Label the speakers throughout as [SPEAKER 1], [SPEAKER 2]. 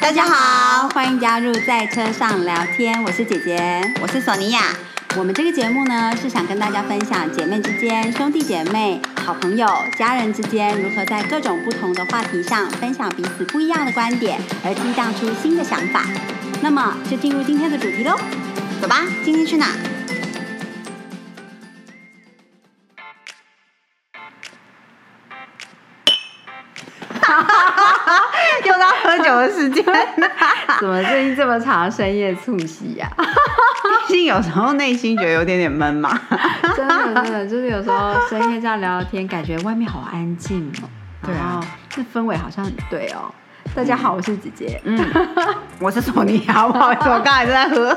[SPEAKER 1] 大家好，
[SPEAKER 2] 欢迎加入在车上聊天，我是姐姐。
[SPEAKER 1] 我是索尼娅。
[SPEAKER 2] 我们这个节目呢，是想跟大家分享姐妹之间、兄弟姐妹、好朋友、家人之间如何在各种不同的话题上分享彼此不一样的观点，而激荡出新的想法。那么就进入今天的主题喽。
[SPEAKER 1] 走吧，今天去哪？又到喝酒的时间，
[SPEAKER 2] 怎么最近这么长，深夜促膝呀、
[SPEAKER 1] 毕竟有时候内心觉得有点点闷嘛。
[SPEAKER 2] 真的真的，就是有时候深夜这样聊聊天，感觉外面好安静哦。
[SPEAKER 1] 对啊
[SPEAKER 2] 然后那氛围好像很对哦。大家好，我是姐姐。
[SPEAKER 1] 嗯，我是索尼娅，不好意思，我刚才正在喝。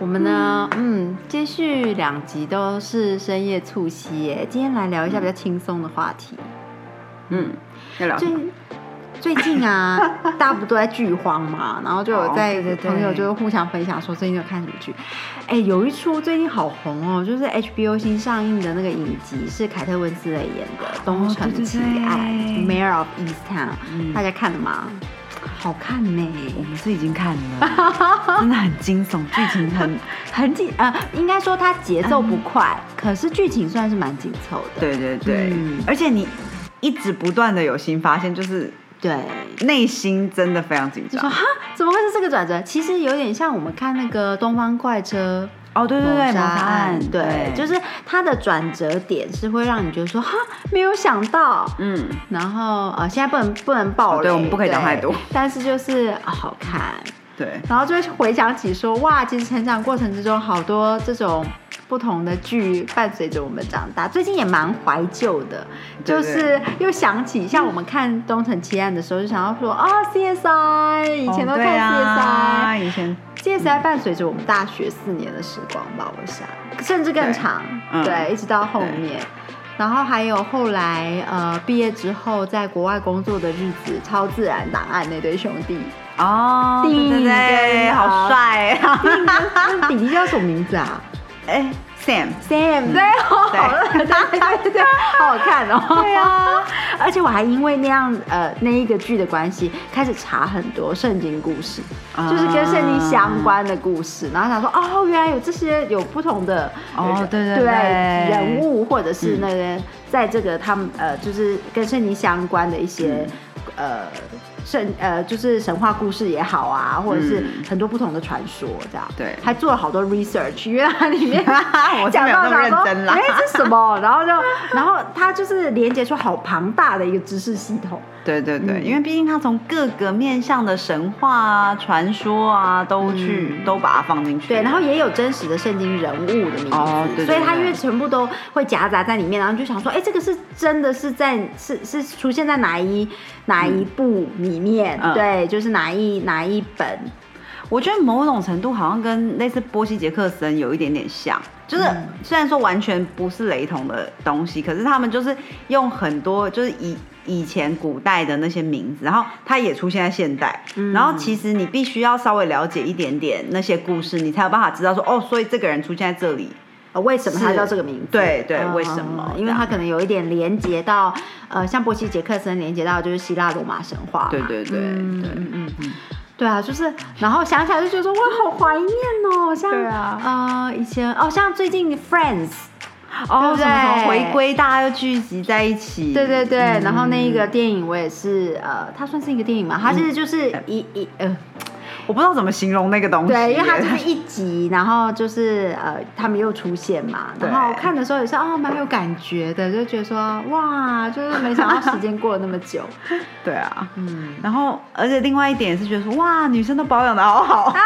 [SPEAKER 2] 我们呢，嗯，接续两集都是深夜促膝耶。今天来聊一下比较轻松的话题。
[SPEAKER 1] 嗯，要聊什
[SPEAKER 2] 最
[SPEAKER 1] 么
[SPEAKER 2] 最 近啊，大家不都在剧荒嘛，然后就有
[SPEAKER 1] 哦
[SPEAKER 2] 在
[SPEAKER 1] 对对对
[SPEAKER 2] 朋友就互相分享说最近有看什么剧。哎，有一出最近好红哦，就是 HBO 新上映的那个影集是凯特温斯雷演的《东
[SPEAKER 1] 哦对
[SPEAKER 2] 城
[SPEAKER 1] 对
[SPEAKER 2] 奇
[SPEAKER 1] 对
[SPEAKER 2] 爱》（Mayor of Easttown），、
[SPEAKER 1] 嗯
[SPEAKER 2] 大家看了吗？好看呢。
[SPEAKER 1] 我们是已经看 了，真的很惊悚，剧情很……
[SPEAKER 2] 很紧呃，应该说它节奏不快，可是剧情算是蛮紧凑 的。
[SPEAKER 1] 对对对，
[SPEAKER 2] 嗯
[SPEAKER 1] 而且你一直不断的有新发现，就是
[SPEAKER 2] 对，
[SPEAKER 1] 内心真的非常紧
[SPEAKER 2] 就说
[SPEAKER 1] 张。
[SPEAKER 2] 哈，怎么会是这个转折？其实有点像我们看那个《东方快车》。
[SPEAKER 1] 哦，对对对，
[SPEAKER 2] 谋
[SPEAKER 1] 谋
[SPEAKER 2] 杀
[SPEAKER 1] 杀
[SPEAKER 2] 案
[SPEAKER 1] 案，，
[SPEAKER 2] 对，就是它的转折点是会让你觉得说哈，没有想到。
[SPEAKER 1] 嗯，
[SPEAKER 2] 然后呃，现在不能不能
[SPEAKER 1] 哦
[SPEAKER 2] 爆雷，
[SPEAKER 1] 对我们不可以讲太多
[SPEAKER 2] 对。但是就是、啊好看，
[SPEAKER 1] 对，
[SPEAKER 2] 然后就会回想起说哇，其实成长过程之中好多这种不同的剧伴随着我们长大。最近也蛮怀旧的，就
[SPEAKER 1] 对
[SPEAKER 2] 是又想起像我们看《东城奇案》的时候，就想要说啊，CSI，以前都
[SPEAKER 1] 哦
[SPEAKER 2] 看
[SPEAKER 1] 对
[SPEAKER 2] CSI，、
[SPEAKER 1] 啊，以前
[SPEAKER 2] CSI 伴随着我们大学四年的时光吧，我想，甚至更长，
[SPEAKER 1] 对嗯
[SPEAKER 2] 一直到后面。然后还有后来，呃，毕业之后在国外工作的日子，《超自然档案》那对兄 弟，
[SPEAKER 1] 哦，
[SPEAKER 2] 定
[SPEAKER 1] 对对对，
[SPEAKER 2] 跟
[SPEAKER 1] 好帅啊！
[SPEAKER 2] 嗯那弟弟叫什么名字啊
[SPEAKER 1] 哎，Sam，
[SPEAKER 2] ？Sam，对哦，对对对，好好看哦。
[SPEAKER 1] 对啊，
[SPEAKER 2] 而且我还因为那样，呃，那一个剧的关系，开始查很多圣经故事。
[SPEAKER 1] 啊
[SPEAKER 2] 就是跟圣经相关的故事，然后想说哦，原来有这些有不同的
[SPEAKER 1] 哦
[SPEAKER 2] 人
[SPEAKER 1] 对对
[SPEAKER 2] 对
[SPEAKER 1] 对嗯
[SPEAKER 2] 人物，或者是那些在这个他们呃，就是跟圣经相关的一些、
[SPEAKER 1] 嗯
[SPEAKER 2] 呃圣呃，就是神话故事也好啊，或者是
[SPEAKER 1] 嗯
[SPEAKER 2] 很多不同的传说这样。
[SPEAKER 1] 对
[SPEAKER 2] 还做了好多 research，因为它里面
[SPEAKER 1] 我是
[SPEAKER 2] 讲
[SPEAKER 1] 没有
[SPEAKER 2] 到
[SPEAKER 1] 那么
[SPEAKER 2] 讲
[SPEAKER 1] 认
[SPEAKER 2] 说，
[SPEAKER 1] 真啦
[SPEAKER 2] 哎，这什么？ 然后就然后它就是连接出好庞大的一个知识系统。
[SPEAKER 1] 对对对，
[SPEAKER 2] 嗯
[SPEAKER 1] 因为毕竟他从各个面向的神话啊、传说啊，都去、
[SPEAKER 2] 嗯
[SPEAKER 1] 都把它放进去。
[SPEAKER 2] 对，然后也有真实的圣经人物的名字，
[SPEAKER 1] 哦对对
[SPEAKER 2] 所以它
[SPEAKER 1] 对
[SPEAKER 2] 因为全部都会夹杂在里面，然后你就想说，哎，这个是真的是在是是出现在哪一哪一部里面？
[SPEAKER 1] 嗯
[SPEAKER 2] 对，就是哪一哪一本，
[SPEAKER 1] 我觉得某种程度好像跟类似波西·杰克森有一点点像，就是
[SPEAKER 2] 嗯
[SPEAKER 1] 虽然说完全不是雷同的东西，可是他们就是用很多就是以以前古代的那些名字，然后它也出现在现代，
[SPEAKER 2] 嗯
[SPEAKER 1] 然后其实你必须要稍微了解一点点那些故事，你才有办法知道说哦，所以这个人出现在这里，
[SPEAKER 2] 呃，为什么他
[SPEAKER 1] 是
[SPEAKER 2] 叫这个名字？
[SPEAKER 1] 对对
[SPEAKER 2] 嗯
[SPEAKER 1] 为什么
[SPEAKER 2] 因为他可能有一点连接到，呃，像波西·杰克森连接到就是希腊罗马神话嘛。
[SPEAKER 1] 对对对
[SPEAKER 2] 嗯
[SPEAKER 1] 对
[SPEAKER 2] 嗯嗯嗯。对啊，就是，然后想起来就觉得说，哇，好怀念哦，像
[SPEAKER 1] 对啊
[SPEAKER 2] 呃，以前哦，像最近 Friends，
[SPEAKER 1] 哦，
[SPEAKER 2] 对不
[SPEAKER 1] 什么
[SPEAKER 2] 对
[SPEAKER 1] 什么回归，大家又聚集在一起，
[SPEAKER 2] 对对对，然后那一
[SPEAKER 1] 嗯
[SPEAKER 2] 个电影我也是，呃，它算是一个电影嘛，它其实就是一一呃，
[SPEAKER 1] 我不知道怎么形容那个东西耶，
[SPEAKER 2] 对，因为它就是一集，然后就是呃，他们又出现嘛，
[SPEAKER 1] 对
[SPEAKER 2] 然后看的时候也是哦，蛮有感觉的，就觉得说哇，就是没想到时间过了那么久，
[SPEAKER 1] 对啊，
[SPEAKER 2] 嗯，
[SPEAKER 1] 然后，而且另外一点也是觉得说，哇，女生都保养的好好，
[SPEAKER 2] 啊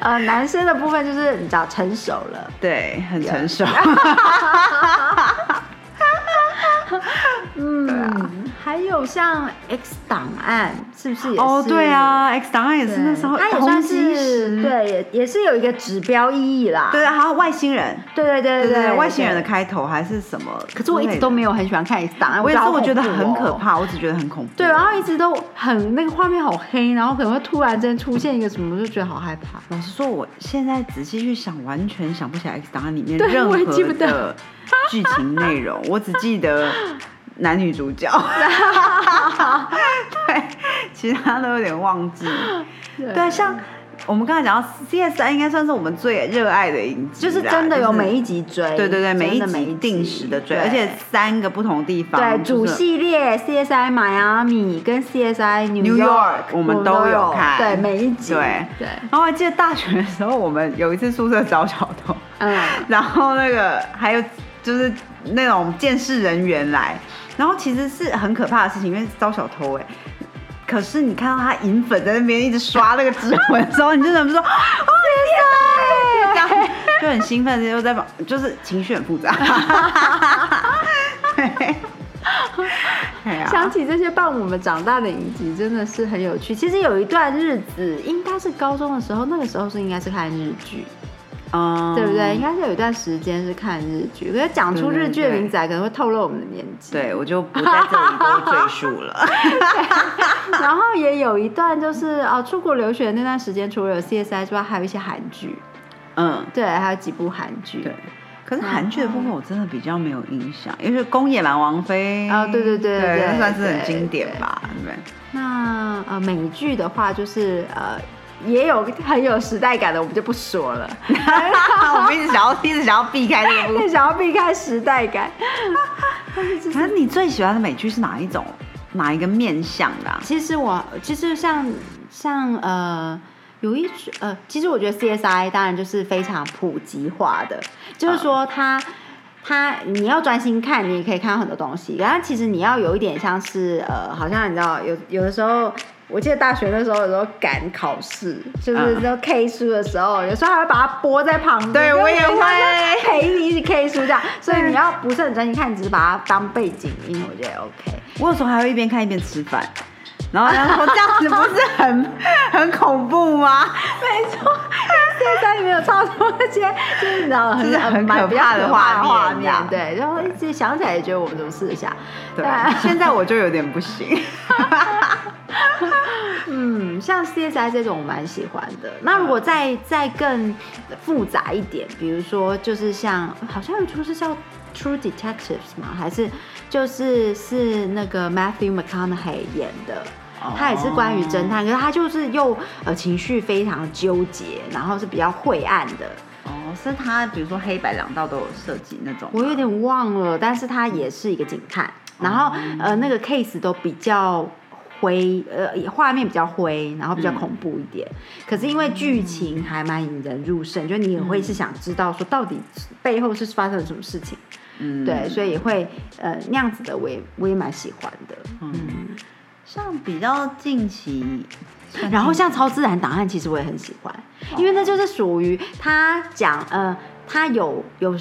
[SPEAKER 2] 呃，男生的部分就是你知道成熟了，
[SPEAKER 1] 对，很成 熟。
[SPEAKER 2] 嗯，
[SPEAKER 1] 对啊
[SPEAKER 2] 还有像 X 档案，是不是也是？
[SPEAKER 1] 哦，对啊，X 档案也
[SPEAKER 2] 对，
[SPEAKER 1] 是那时候
[SPEAKER 2] 它也
[SPEAKER 1] 红
[SPEAKER 2] 算
[SPEAKER 1] 极
[SPEAKER 2] 是
[SPEAKER 1] 时，
[SPEAKER 2] 对，也也是有一个指标意义啦。
[SPEAKER 1] 对啊，还有外星人，
[SPEAKER 2] 对对对
[SPEAKER 1] 对
[SPEAKER 2] 对对，
[SPEAKER 1] 外星人的。开头还是什么？
[SPEAKER 2] 可是我一直都没有很喜欢看 X 档啊案，
[SPEAKER 1] 我也是，
[SPEAKER 2] 不
[SPEAKER 1] 我觉
[SPEAKER 2] 知
[SPEAKER 1] 得
[SPEAKER 2] 道好恐怖
[SPEAKER 1] 很
[SPEAKER 2] 哦
[SPEAKER 1] 可。怕，我只觉得很恐怖。
[SPEAKER 2] 对，然后一直 都很那个画面好黑，然后可能会突然间出现一个什么，就觉得好害怕。
[SPEAKER 1] 老实说，我现在仔细去想，完全想不起来《X 档案》里面
[SPEAKER 2] 对
[SPEAKER 1] 任
[SPEAKER 2] 我也记
[SPEAKER 1] 何
[SPEAKER 2] 不得
[SPEAKER 1] 的剧情内容，我只记得男女主 角，对，其他都有点忘记。
[SPEAKER 2] 对
[SPEAKER 1] 对，像我们刚才讲到 CSI，应该算是我们最热爱的影集
[SPEAKER 2] 就
[SPEAKER 1] 啦，
[SPEAKER 2] 是真的有每
[SPEAKER 1] 一
[SPEAKER 2] 一集追，
[SPEAKER 1] 啊对对对，
[SPEAKER 2] 真的
[SPEAKER 1] 每
[SPEAKER 2] 每
[SPEAKER 1] 一集定时的追，
[SPEAKER 2] 对
[SPEAKER 1] 而且三个不同地方，
[SPEAKER 2] 对主
[SPEAKER 1] 就是
[SPEAKER 2] 系列 CSI 迈阿密跟 CSI New
[SPEAKER 1] New York，我们都有
[SPEAKER 2] 有
[SPEAKER 1] 看
[SPEAKER 2] 对每一集，
[SPEAKER 1] 对
[SPEAKER 2] 对，
[SPEAKER 1] 然后我还记得大学的时候，我们有一次宿舍找小偷，
[SPEAKER 2] 嗯，
[SPEAKER 1] 然后那个还有就是那种监视人员来，然后其实是很可怕的事情，因为招小偷哎、可是你看到他银粉在那边一直刷那个指纹的时候，你就忍不住说啊，天哪这样就很兴奋，又在就是情绪很复杂。 对，哎呀
[SPEAKER 2] 想起这些伴我们长大的影集真的是很有趣。其实有一段日子，应该是高中的时候，那个时候是应该是看日剧，
[SPEAKER 1] 嗯
[SPEAKER 2] 对不对？应？该是有一段时间是看日剧，可是讲出日剧的名字来，可能会透露我们的年纪。
[SPEAKER 1] 对，我就不在这里多赘述了。
[SPEAKER 2] 然后也有一段就是哦，出国留学那段时间，除了有 CSI 之外，还有一些韩剧，
[SPEAKER 1] 嗯，
[SPEAKER 2] 对，还有几部韩剧，
[SPEAKER 1] 对。可是韩剧的部
[SPEAKER 2] 哦
[SPEAKER 1] 分我真的比较没有印象，因为《宫野蛮王妃》
[SPEAKER 2] 啊对对对对
[SPEAKER 1] 对，那算是
[SPEAKER 2] 对
[SPEAKER 1] 很经典吧，对不对？
[SPEAKER 2] 那呃，美剧的话就是呃，也有很有时代感的，我们就不 说了，
[SPEAKER 1] 我们一直想要一直想要避开这个部分。
[SPEAKER 2] 但想要避开时代感。
[SPEAKER 1] 可是你最喜欢的美剧是哪一种？哪一个面向的啊、
[SPEAKER 2] 其实我其实像像呃。有一种呃，其实我觉得 CSI 当然就是非常普及化的，就是
[SPEAKER 1] 嗯
[SPEAKER 2] 说它、它你要专心看，你也可以看到很多东西。然后其实你要有一点像是呃，好像你知道有有的时候，我记得大学那时候有时候赶考试，就是
[SPEAKER 1] 嗯
[SPEAKER 2] 都 K 书的时候，有时候还会把它播在旁边，
[SPEAKER 1] 对
[SPEAKER 2] 就是
[SPEAKER 1] 我也
[SPEAKER 2] 有点像
[SPEAKER 1] 会
[SPEAKER 2] 是陪你一起 K 书这样。所以 你要不是很专心看，你只是把它当背景音，我觉得 OK。
[SPEAKER 1] 我有时候还会一边看一边吃饭，然后人家说这样子不是 很很恐怖吗？
[SPEAKER 2] 没错，现在里面有超多那些 就是你知道
[SPEAKER 1] 就是很
[SPEAKER 2] 蛮
[SPEAKER 1] 可怕的
[SPEAKER 2] 比较可怕的
[SPEAKER 1] 画
[SPEAKER 2] 画
[SPEAKER 1] 面
[SPEAKER 2] 面
[SPEAKER 1] 啊，
[SPEAKER 2] 对，然后一直想起来也觉得我们怎么试一下，
[SPEAKER 1] 对，现在我就有点不 行。
[SPEAKER 2] 嗯，像 CSI 这种我蛮喜欢的。那如果
[SPEAKER 1] 嗯
[SPEAKER 2] 再再更复杂一点，比如说就是像好像有出是叫 True Detectives 吗？还是就是是那个 Matthew McConaughey 演的
[SPEAKER 1] 哦。
[SPEAKER 2] 他也是关于侦探，可是他就是又呃情绪非常纠结，然后是比较晦暗的，
[SPEAKER 1] 哦，是他比如说黑白两道都有设计那种吗，
[SPEAKER 2] 我有点忘了，但是他也是一个警探，然
[SPEAKER 1] 哦
[SPEAKER 2] 后、呃那个 case 都比较灰，呃画面比较灰，然后比较
[SPEAKER 1] 嗯
[SPEAKER 2] 恐怖一点。可是因为剧情还蛮引人入胜，就你也会是想知道说到底背后是发生了什么事情，
[SPEAKER 1] 嗯
[SPEAKER 2] 对，所以也会呃那样子的，我也我也蛮喜欢的。
[SPEAKER 1] 嗯，像比较近期，
[SPEAKER 2] 然后像超自然档案，其实我也很喜欢，
[SPEAKER 1] 哦
[SPEAKER 2] 因为那就是属于他讲呃，他有有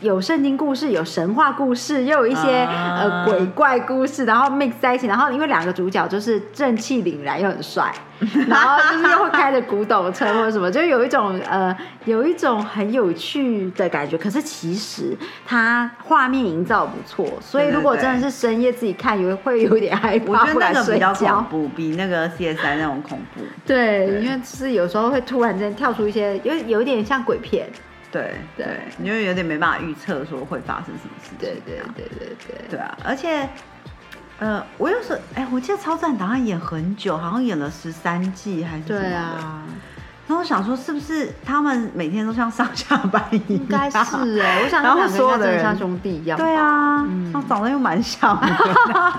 [SPEAKER 2] 有圣经故事，有神话故事，又有一些、
[SPEAKER 1] 啊
[SPEAKER 2] 呃鬼怪故事，然后 mix 在一起，然后因为两个主角就是正气凛然又 很帅，然后就是又会开着古董车或者什么，就有一种呃有一种很有趣的感觉。可是其实它画面营造不错，所以
[SPEAKER 1] 对对
[SPEAKER 2] 如果
[SPEAKER 1] 对
[SPEAKER 2] 真的是深夜自己看，也会有一点害怕，
[SPEAKER 1] 我觉得
[SPEAKER 2] 不
[SPEAKER 1] 那
[SPEAKER 2] 敢
[SPEAKER 1] 个
[SPEAKER 2] 睡
[SPEAKER 1] 比较恐
[SPEAKER 2] 觉。
[SPEAKER 1] 怖，比那个 CSI 那种恐怖。
[SPEAKER 2] 对，
[SPEAKER 1] 对
[SPEAKER 2] 因为是有时候会突然间跳出一些，有有一点像鬼片。
[SPEAKER 1] 对
[SPEAKER 2] 对
[SPEAKER 1] 对，你就有点没办法预测说会发生什么事情。啊
[SPEAKER 2] 对对对
[SPEAKER 1] 对啊，而且。呃，我有时候哎、我记得《超自然档案》演很久，好像演了十三季还是什么的。
[SPEAKER 2] 对啊，
[SPEAKER 1] 然后我想说，是不是他们每天都像上下班一样？
[SPEAKER 2] 应该是哎、 我想
[SPEAKER 1] 然
[SPEAKER 2] 他
[SPEAKER 1] 后
[SPEAKER 2] 们两
[SPEAKER 1] 所
[SPEAKER 2] 个
[SPEAKER 1] 有的
[SPEAKER 2] 应该真的
[SPEAKER 1] 人
[SPEAKER 2] 像兄弟一样。
[SPEAKER 1] 对，啊，
[SPEAKER 2] 嗯
[SPEAKER 1] 然后长得又蛮像 的。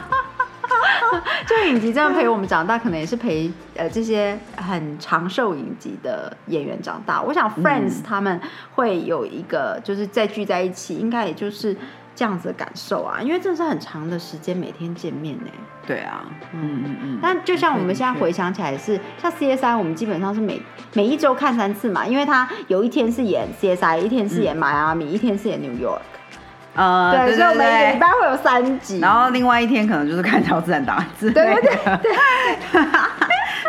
[SPEAKER 2] 这个影集真的陪我们长大，可能也是陪呃这些很长寿影集的演员长大。我想 Friends 他们会有一个就是再聚在一起，应该也就是这样子的感受啊，因为真的是很长的时间每天见面呢、欸
[SPEAKER 1] 对啊，嗯嗯 嗯。
[SPEAKER 2] 但就像我们现在回想起来是，像 CSI，我们基本上是每每一周看三次嘛，因为它有一天是演 CSI，一天是演迈阿密，一天是演 New York。
[SPEAKER 1] 呃，嗯对
[SPEAKER 2] 对，所以我们一个
[SPEAKER 1] 对
[SPEAKER 2] 礼拜会有三集。
[SPEAKER 1] 然后另外一天可能就是看超自然打字，
[SPEAKER 2] 对对
[SPEAKER 1] 对对。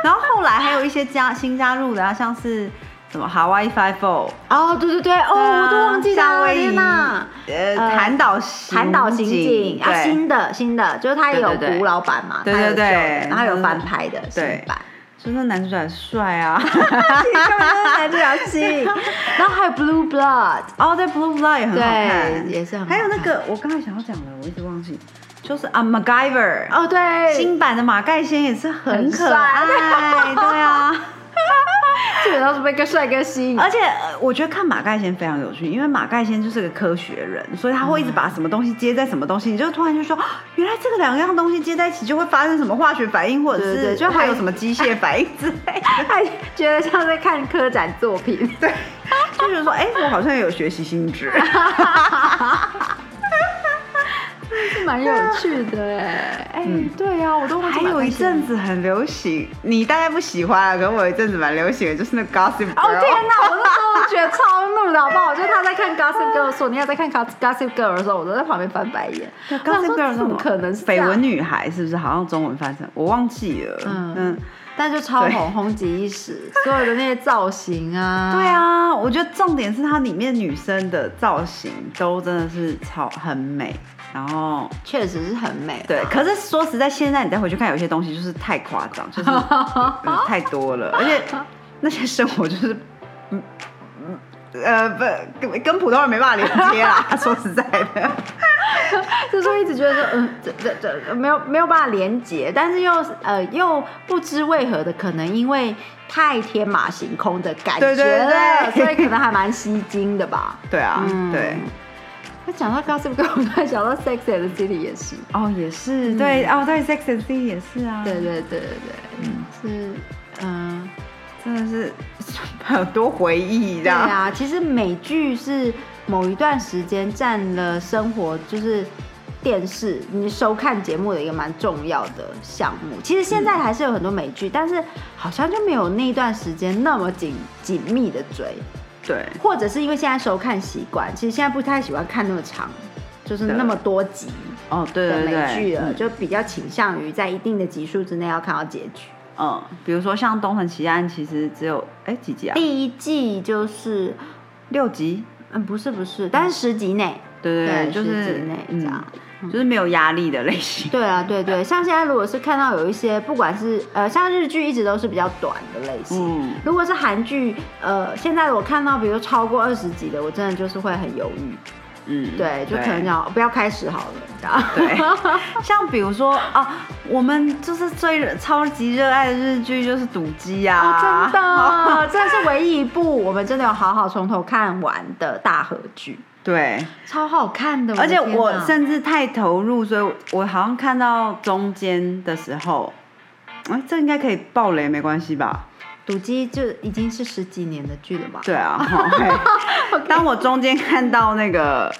[SPEAKER 1] 然后后来还有一些加新加入的啊，像是什么 Hawaii Five O，
[SPEAKER 2] 哦，对对对，哦，我都忘记
[SPEAKER 1] 啊夏
[SPEAKER 2] 了，
[SPEAKER 1] 威夷
[SPEAKER 2] 天哪！，
[SPEAKER 1] 呃，
[SPEAKER 2] 呃
[SPEAKER 1] 弹岛行
[SPEAKER 2] 韩岛刑警啊，
[SPEAKER 1] 对
[SPEAKER 2] 新的新的，就是它也有
[SPEAKER 1] 对对对
[SPEAKER 2] 古老版嘛，
[SPEAKER 1] 对
[SPEAKER 2] 它有
[SPEAKER 1] 对对
[SPEAKER 2] 旧的然后有
[SPEAKER 1] 嗯
[SPEAKER 2] 翻拍的新
[SPEAKER 1] 对
[SPEAKER 2] 版，
[SPEAKER 1] 真的男主角很帅啊！
[SPEAKER 2] 看这条戏，然后还有 Blue Blood，
[SPEAKER 1] 哦，对，Blue Blood 也很好看，
[SPEAKER 2] 对也是很好
[SPEAKER 1] 还有那
[SPEAKER 2] 看
[SPEAKER 1] 个我刚才想要讲的，我一直忘记，就是啊，MacGyver，
[SPEAKER 2] 哦对，
[SPEAKER 1] 新版的马盖先也是很
[SPEAKER 2] 很
[SPEAKER 1] 可
[SPEAKER 2] 帅
[SPEAKER 1] 爱，对 啊。
[SPEAKER 2] 基本上是被一个帅哥吸引，
[SPEAKER 1] 而且呃我觉得看马盖先非常有趣，因为马盖先就是个科学人，所以他会一直把什么东西接在什么东西，你就突然就说，啊原来这个两样东西接在一起就会发生什么化学反应，或者
[SPEAKER 2] 对对
[SPEAKER 1] 是
[SPEAKER 2] 对
[SPEAKER 1] 就还有什么机械反应之类的，
[SPEAKER 2] 还觉得像在看科展作品，对，
[SPEAKER 1] 就觉得说，哎、我好像有学习心智。
[SPEAKER 2] 是蛮有趣的哎，哎，对呀，我都忘记
[SPEAKER 1] 嗯还有
[SPEAKER 2] 马
[SPEAKER 1] 一
[SPEAKER 2] 盖先
[SPEAKER 1] 阵子很流行，你大概不喜欢啊，可能我有一阵子蛮流行的，就是那 Gossip
[SPEAKER 2] 哦
[SPEAKER 1] Girl。
[SPEAKER 2] 天哪！我那时候觉得超怒的好不好？就是他在看 Gossip Girl 的时候，你也在看 Goss- Gossip Girl 的时候，我都在旁边翻白眼。我想
[SPEAKER 1] Gossip
[SPEAKER 2] 说
[SPEAKER 1] Girl 是什
[SPEAKER 2] 怎
[SPEAKER 1] 么
[SPEAKER 2] 么可能是这
[SPEAKER 1] 绯
[SPEAKER 2] 样
[SPEAKER 1] 闻？女孩是不是？好像中文翻成我忘记了。
[SPEAKER 2] 嗯
[SPEAKER 1] 嗯，
[SPEAKER 2] 但就超
[SPEAKER 1] 对
[SPEAKER 2] 红，红极一时，所有的那些造型啊，
[SPEAKER 1] 对，啊，我觉得重点是它里面女生的造型都真的是超很美，然后
[SPEAKER 2] 确实是很美。
[SPEAKER 1] 对，可是说实在，现在你再回去看，有些东西就是太夸 张，就是、嗯太多了，而且那些生活就是，嗯嗯呃，不跟跟普通人没办法连接 啦。说实在的，
[SPEAKER 2] 就是我一直觉得说，嗯，这这这没有没有办法连接，但是又呃又不知为何的，可能因为太天马行空的感觉
[SPEAKER 1] 对
[SPEAKER 2] 了，
[SPEAKER 1] 对对
[SPEAKER 2] 所以可能还蛮吸睛的吧。
[SPEAKER 1] 对啊，
[SPEAKER 2] 嗯
[SPEAKER 1] 对。
[SPEAKER 2] 那讲到 Gossip Girl，我突然想到 Sex and the City 也是，嗯
[SPEAKER 1] 哦，也是对，哦对，Sex and the City 也是啊，
[SPEAKER 2] 对，对对对对，是嗯。
[SPEAKER 1] 真的是 很多回忆这
[SPEAKER 2] 对
[SPEAKER 1] 样。
[SPEAKER 2] 啊，其实美剧是某一段时间占了生活，就是电视你收看节目的一个蛮重要的项目。其实现在还是有很多美剧，但是好像就没有那一段时间那么紧紧密的追，
[SPEAKER 1] 对
[SPEAKER 2] 或者是因为现在收看习惯，其实现在不太喜欢看那么长，就是
[SPEAKER 1] 对
[SPEAKER 2] 那么多集
[SPEAKER 1] 哦，对
[SPEAKER 2] 的
[SPEAKER 1] 对
[SPEAKER 2] 美
[SPEAKER 1] 对，
[SPEAKER 2] 剧了，
[SPEAKER 1] 嗯
[SPEAKER 2] 就比较倾向于在一定的集数之内要看到结局。
[SPEAKER 1] 嗯，比如说像《东城奇案》，其实只有哎几集啊？
[SPEAKER 2] 第一季就是，
[SPEAKER 1] 六集。
[SPEAKER 2] 嗯，不是不是，但是十集内。
[SPEAKER 1] 对对
[SPEAKER 2] 对
[SPEAKER 1] 就
[SPEAKER 2] 十
[SPEAKER 1] 是
[SPEAKER 2] 集内这
[SPEAKER 1] 嗯
[SPEAKER 2] 样，
[SPEAKER 1] 就是没有压力的类型。
[SPEAKER 2] 对啊，对对，像现在如果是看到有一些，不管是呃，像日剧一直都是比较短的类型。
[SPEAKER 1] 嗯，
[SPEAKER 2] 如果是韩剧，呃，现在我看到比如超过二十集的，我真的就是会很犹豫，
[SPEAKER 1] 嗯，
[SPEAKER 2] 对，就可能要不要开始好了，这样。
[SPEAKER 1] 对， 像比如说啊，我们就是最热超级热爱的日剧就是《赌鸡》啊，
[SPEAKER 2] 哦啊，真的，这是唯一一部我们真的有好好从头看完的大合剧，
[SPEAKER 1] 对，
[SPEAKER 2] 超好看的。
[SPEAKER 1] 而且
[SPEAKER 2] 的天
[SPEAKER 1] 我
[SPEAKER 2] 哪
[SPEAKER 1] 甚至太投入，所以我好像看到中间的时候，哎，这应该可以爆雷，没关系吧？
[SPEAKER 2] 赌鸡就已经是十几年的剧了吧？
[SPEAKER 1] 对啊，好嘿 当我中间看到那个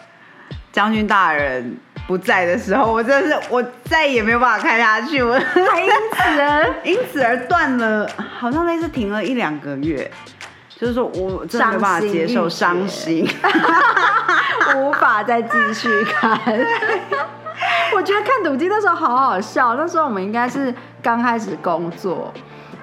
[SPEAKER 1] 将军大人不在的时候，我真的是我再也没有办法看下去，我
[SPEAKER 2] 还因此
[SPEAKER 1] 因此而断了，好像类似停了一两个月。就是说我真的没有办法接受伤
[SPEAKER 2] 伤
[SPEAKER 1] 心
[SPEAKER 2] 心， 无法再继续看。我觉得看赌鸡那时候好好笑，那时候我们应该是刚开始工作，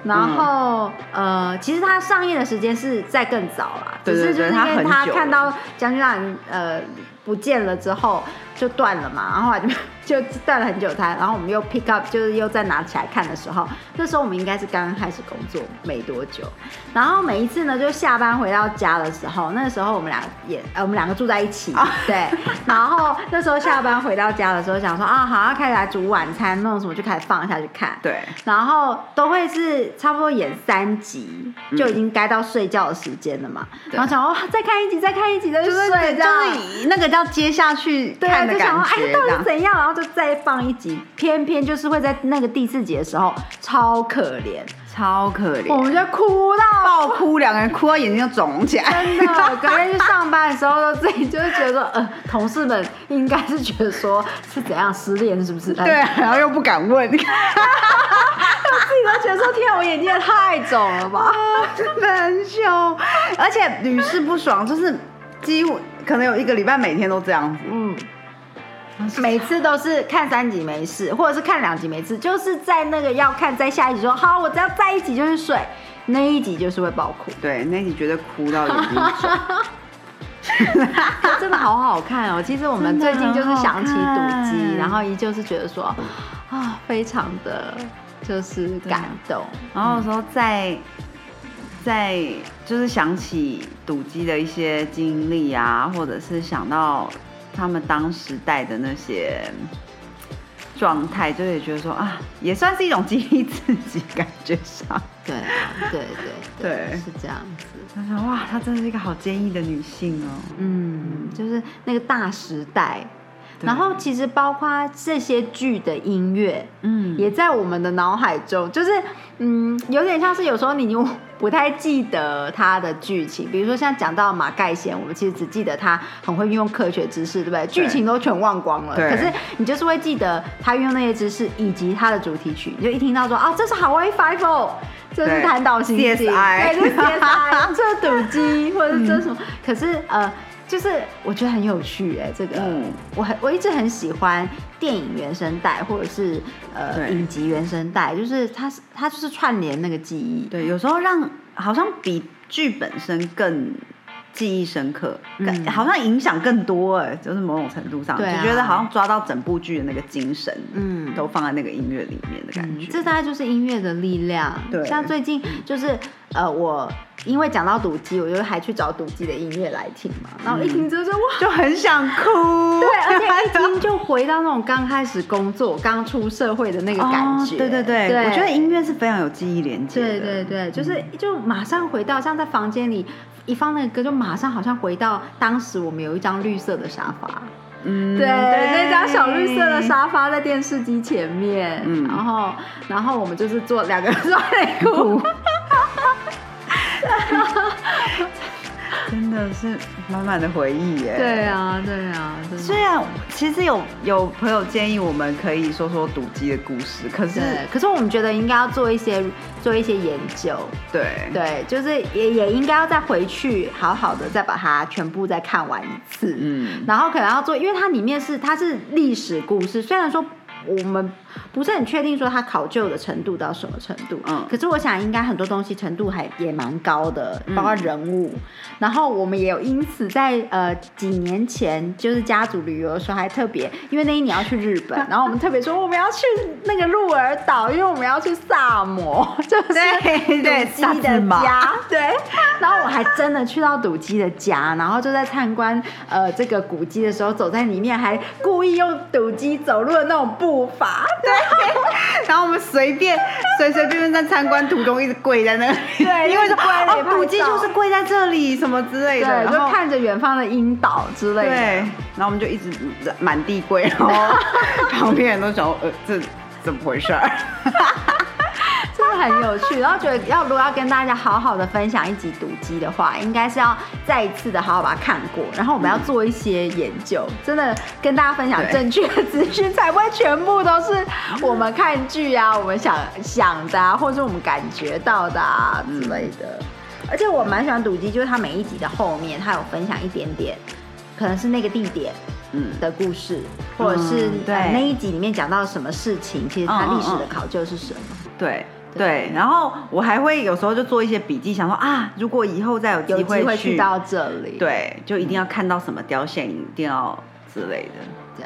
[SPEAKER 2] 然后、呃，其实它上映的时间是在更早啦，
[SPEAKER 1] 对对
[SPEAKER 2] 只是
[SPEAKER 1] 对
[SPEAKER 2] 就是因为
[SPEAKER 1] 它
[SPEAKER 2] 他
[SPEAKER 1] 很久了
[SPEAKER 2] 看到将军大人呃不见了之后就断了嘛，然后后来就就断了很久才，然后我们又 pick up 就是又再拿起来看的时候，那时候我们应该是刚刚开始工作没多久，然后每一次呢，就下班回到家的时候，那时候我们俩也呃，我们两个住在一起，对。然后那时候下班回到家的时候，想说啊，好要开始来煮晚餐，弄什么就开始放下去看。
[SPEAKER 1] 对，
[SPEAKER 2] 然后都会是差不多演三集，就已经该到睡觉的时间了嘛。
[SPEAKER 1] 嗯对
[SPEAKER 2] 然后想哇，哦再看一集，再看一集，再去
[SPEAKER 1] 就是
[SPEAKER 2] 睡，这样。
[SPEAKER 1] 就是那个叫接下去
[SPEAKER 2] 对
[SPEAKER 1] 看的
[SPEAKER 2] 就
[SPEAKER 1] 感
[SPEAKER 2] 想说，
[SPEAKER 1] 觉，这
[SPEAKER 2] 哎，到底
[SPEAKER 1] 样
[SPEAKER 2] 是怎样？然后就再放一集，偏偏就是会在那个第四集的时候超可怜，
[SPEAKER 1] 超可
[SPEAKER 2] 我
[SPEAKER 1] 怜，
[SPEAKER 2] 们就哭到
[SPEAKER 1] 爆哭，两个人哭到眼睛都肿起来。
[SPEAKER 2] 真的， 隔天去上班的时候，自己就是觉得说，呃，同事们应该是觉得说是怎样失恋是不哎 是？
[SPEAKER 1] 对，啊然后又不敢问，
[SPEAKER 2] 自己都觉得说，天啊，我眼睛也太肿了吧？
[SPEAKER 1] 真的很凶，而且屡试不爽，就是几乎可能有一个礼拜每天都这样子。
[SPEAKER 2] 嗯，每次都是看三集没事，或者是看两集没事，就是在那个要看在下一集说好，我只要在一集就是睡，那一集就是会爆哭，
[SPEAKER 1] 对，那集绝对哭到眼睛 肿。
[SPEAKER 2] 真的好好看哦。其实我们最近就是想起
[SPEAKER 1] 真的很好
[SPEAKER 2] 赌鸡，
[SPEAKER 1] 看
[SPEAKER 2] 然后依旧是觉得说啊，非常的就是感动。
[SPEAKER 1] 然后有时候再再就是想起赌鸡的一些经历啊，或者是想到他们当时带的那些状态，就会觉得说啊，也算是一种激励自己，感觉上。
[SPEAKER 2] 对啊，对对
[SPEAKER 1] 对
[SPEAKER 2] 是这样子。
[SPEAKER 1] 他说哇，她真的是一个好坚毅的女性哦。
[SPEAKER 2] 嗯，就是那个大时代。
[SPEAKER 1] 对
[SPEAKER 2] 然后其实包括这些剧的音乐，
[SPEAKER 1] 嗯
[SPEAKER 2] 也在我们的脑海中，就是嗯，有点像是有时候你已经不太记得它的剧情，比如说像讲到马盖先，我们其实只记得他很会运用科学知识，对不对？剧情都全忘光了，
[SPEAKER 1] 对
[SPEAKER 2] 可是你就是会记得他运用那些知识以及他的主题曲，你就一听到说啊，这是 Hawaii Five O，这是
[SPEAKER 1] 对
[SPEAKER 2] 弹岛行星
[SPEAKER 1] CSI
[SPEAKER 2] 对，这是 CSI，这是赌鸡，或者是这是什么？
[SPEAKER 1] 嗯
[SPEAKER 2] 可是呃，就是我觉得很有趣哎、这个、
[SPEAKER 1] 嗯
[SPEAKER 2] 我很我一直很喜欢电影原声带或者是呃
[SPEAKER 1] 对
[SPEAKER 2] 影集原声带，就是它是它就是串联那个记忆，
[SPEAKER 1] 对，有时候让好像比剧本身更记忆深刻，
[SPEAKER 2] 嗯
[SPEAKER 1] 更好像影响更多哎，就是某种程度上、
[SPEAKER 2] 对啊
[SPEAKER 1] 就觉得好像抓到整部剧的那个精神，
[SPEAKER 2] 嗯
[SPEAKER 1] 都放在那个音乐里面的感
[SPEAKER 2] 嗯
[SPEAKER 1] 觉。
[SPEAKER 2] 这大概就是音乐的力量。
[SPEAKER 1] 对
[SPEAKER 2] 像最近就是呃，我因为讲到赌鸡，我就还去找赌鸡的音乐来听嘛，然后一听就是哇。
[SPEAKER 1] 就很想哭，
[SPEAKER 2] 嗯对，而 且一听就回到那种刚开始工作、刚出社会的那个感觉。
[SPEAKER 1] 哦对对对，我觉得音乐是非常有记忆连接的。嗯
[SPEAKER 2] 对对对，就是就马上回到像在房间里一放那个歌，就马上好像回到当时我们有一张绿色的沙发，
[SPEAKER 1] 嗯
[SPEAKER 2] 对，那张小绿色的，沙发在电视机前面，
[SPEAKER 1] 嗯
[SPEAKER 2] 然后然后我们就是坐两个人坐内裤，
[SPEAKER 1] 真的是满满的回忆耶。
[SPEAKER 2] 对。啊对啊，真的
[SPEAKER 1] 虽然其实有有朋友建议我们可以说说赌鸡的故事，可是
[SPEAKER 2] 对，可是我们觉得应该要做一些做一些研究，
[SPEAKER 1] 对
[SPEAKER 2] 对，就是也也应该要再回去好好的再把它全部再看完一次，
[SPEAKER 1] 嗯
[SPEAKER 2] 然后可能要做，因为它里面是它是历史故事，虽然说我们不是很确定说它考究的程度到什么程度，
[SPEAKER 1] 嗯
[SPEAKER 2] 可是我想应该很多东西程度还也蛮高的，包括
[SPEAKER 1] 嗯
[SPEAKER 2] 人物。然后我们也有因此在呃几年前就是家族旅游的时候还特别，因为那一年要去日 本，然后我们特别说我们要去那个鹿儿岛，因为我们要去萨摩， 就 是
[SPEAKER 1] 对对
[SPEAKER 2] 赌鸡
[SPEAKER 1] 萨
[SPEAKER 2] 的
[SPEAKER 1] 兹马
[SPEAKER 2] 家。 对，然后我还真的去到赌鸡的家，然后就在参观呃这个古迹的时候，走在里面还故意用赌鸡走路的那种步伐，
[SPEAKER 1] 然后我们随便随随便便在参观途中一直跪在那里，
[SPEAKER 2] 对
[SPEAKER 1] 因为说
[SPEAKER 2] 跪在那里
[SPEAKER 1] 哦，赌鸡
[SPEAKER 2] 拍照
[SPEAKER 1] 就是跪在这里什么之类
[SPEAKER 2] 对，
[SPEAKER 1] 的，然
[SPEAKER 2] 就
[SPEAKER 1] 后
[SPEAKER 2] 看着啊远方的樱岛之类
[SPEAKER 1] 对，
[SPEAKER 2] 的。
[SPEAKER 1] 然后我们就一直满地跪，然 后旁边人都想说呃这怎么回事儿？
[SPEAKER 2] 真的很有趣，然后觉得要如果要跟大家好好的分享一集赌鸡的话，应该是要再一次的好好把它看过，然后我们要做一些研究，真的跟大家分享
[SPEAKER 1] 对
[SPEAKER 2] 正确的资讯，才不会全部都是我们看剧啊，我们想想的啊，或者是我们感觉到的啊之类的。而且我蛮喜欢赌鸡，就是它每一集的后面，它有分享一点点，可能是那个地点，
[SPEAKER 1] 嗯，
[SPEAKER 2] 的故事，或者是、
[SPEAKER 1] 嗯
[SPEAKER 2] 对
[SPEAKER 1] 对
[SPEAKER 2] 那一集里面讲到什么事情，其实它历史的考究是什么。
[SPEAKER 1] 对。对，然后我还会有时候就做一些笔记，想说啊，如果以后再有
[SPEAKER 2] 有
[SPEAKER 1] 机
[SPEAKER 2] 机会
[SPEAKER 1] 去
[SPEAKER 2] 去到这里。
[SPEAKER 1] 对，就一定要看到什么雕像，一定要之类的。
[SPEAKER 2] 对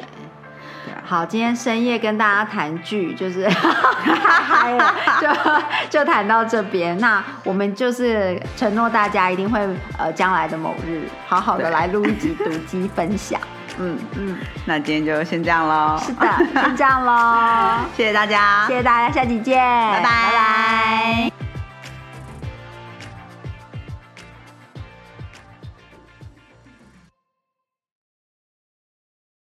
[SPEAKER 1] 对啊
[SPEAKER 2] 好，今天深夜跟大家谈剧，就是 太嗨了，就就谈到这边。那我们就是承诺大家一定会呃将来的某日，好好的
[SPEAKER 1] 对
[SPEAKER 2] 来录一集读机 分享。
[SPEAKER 1] 嗯，
[SPEAKER 2] 嗯，
[SPEAKER 1] 那今天就先这样喽。
[SPEAKER 2] 是 的，先这样喽，
[SPEAKER 1] 谢谢大家，
[SPEAKER 2] 谢谢大家，下集见，
[SPEAKER 1] 哎拜拜
[SPEAKER 2] 拜拜